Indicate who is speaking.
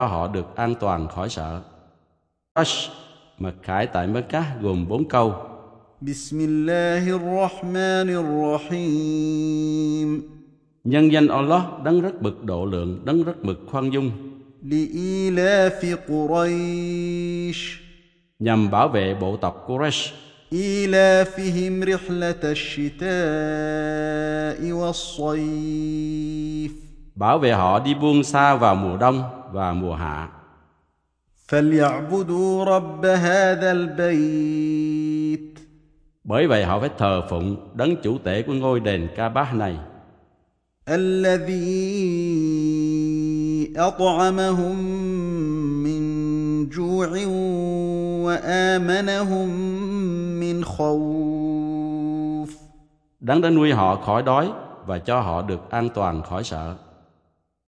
Speaker 1: cho họ được an toàn khỏi sợ. Rush mặc khải tại Mecca gồm 4 câu.
Speaker 2: بسم الله الرحمن الرحيم
Speaker 1: Nhân danh Allah đấng rất bực độ lượng, đấng rất mực khoan dung,
Speaker 2: لإيلاف قريش
Speaker 1: nhằm bảo vệ bộ tộc Quraysh,
Speaker 2: إيلافهم رحلة الشتاء والصيف
Speaker 1: bảo vệ họ đi buông xa vào mùa đông và mùa hạ.
Speaker 2: فليعبدوا رب هذا البيت
Speaker 1: Bởi vậy họ phải thờ phụng đấng chủ tể của ngôi đền Ca Bá này,
Speaker 2: الذي أطعمهم من جوع وآمنهم من خوف
Speaker 1: đấng đã nuôi họ khỏi đói và cho họ được an toàn khỏi sợ.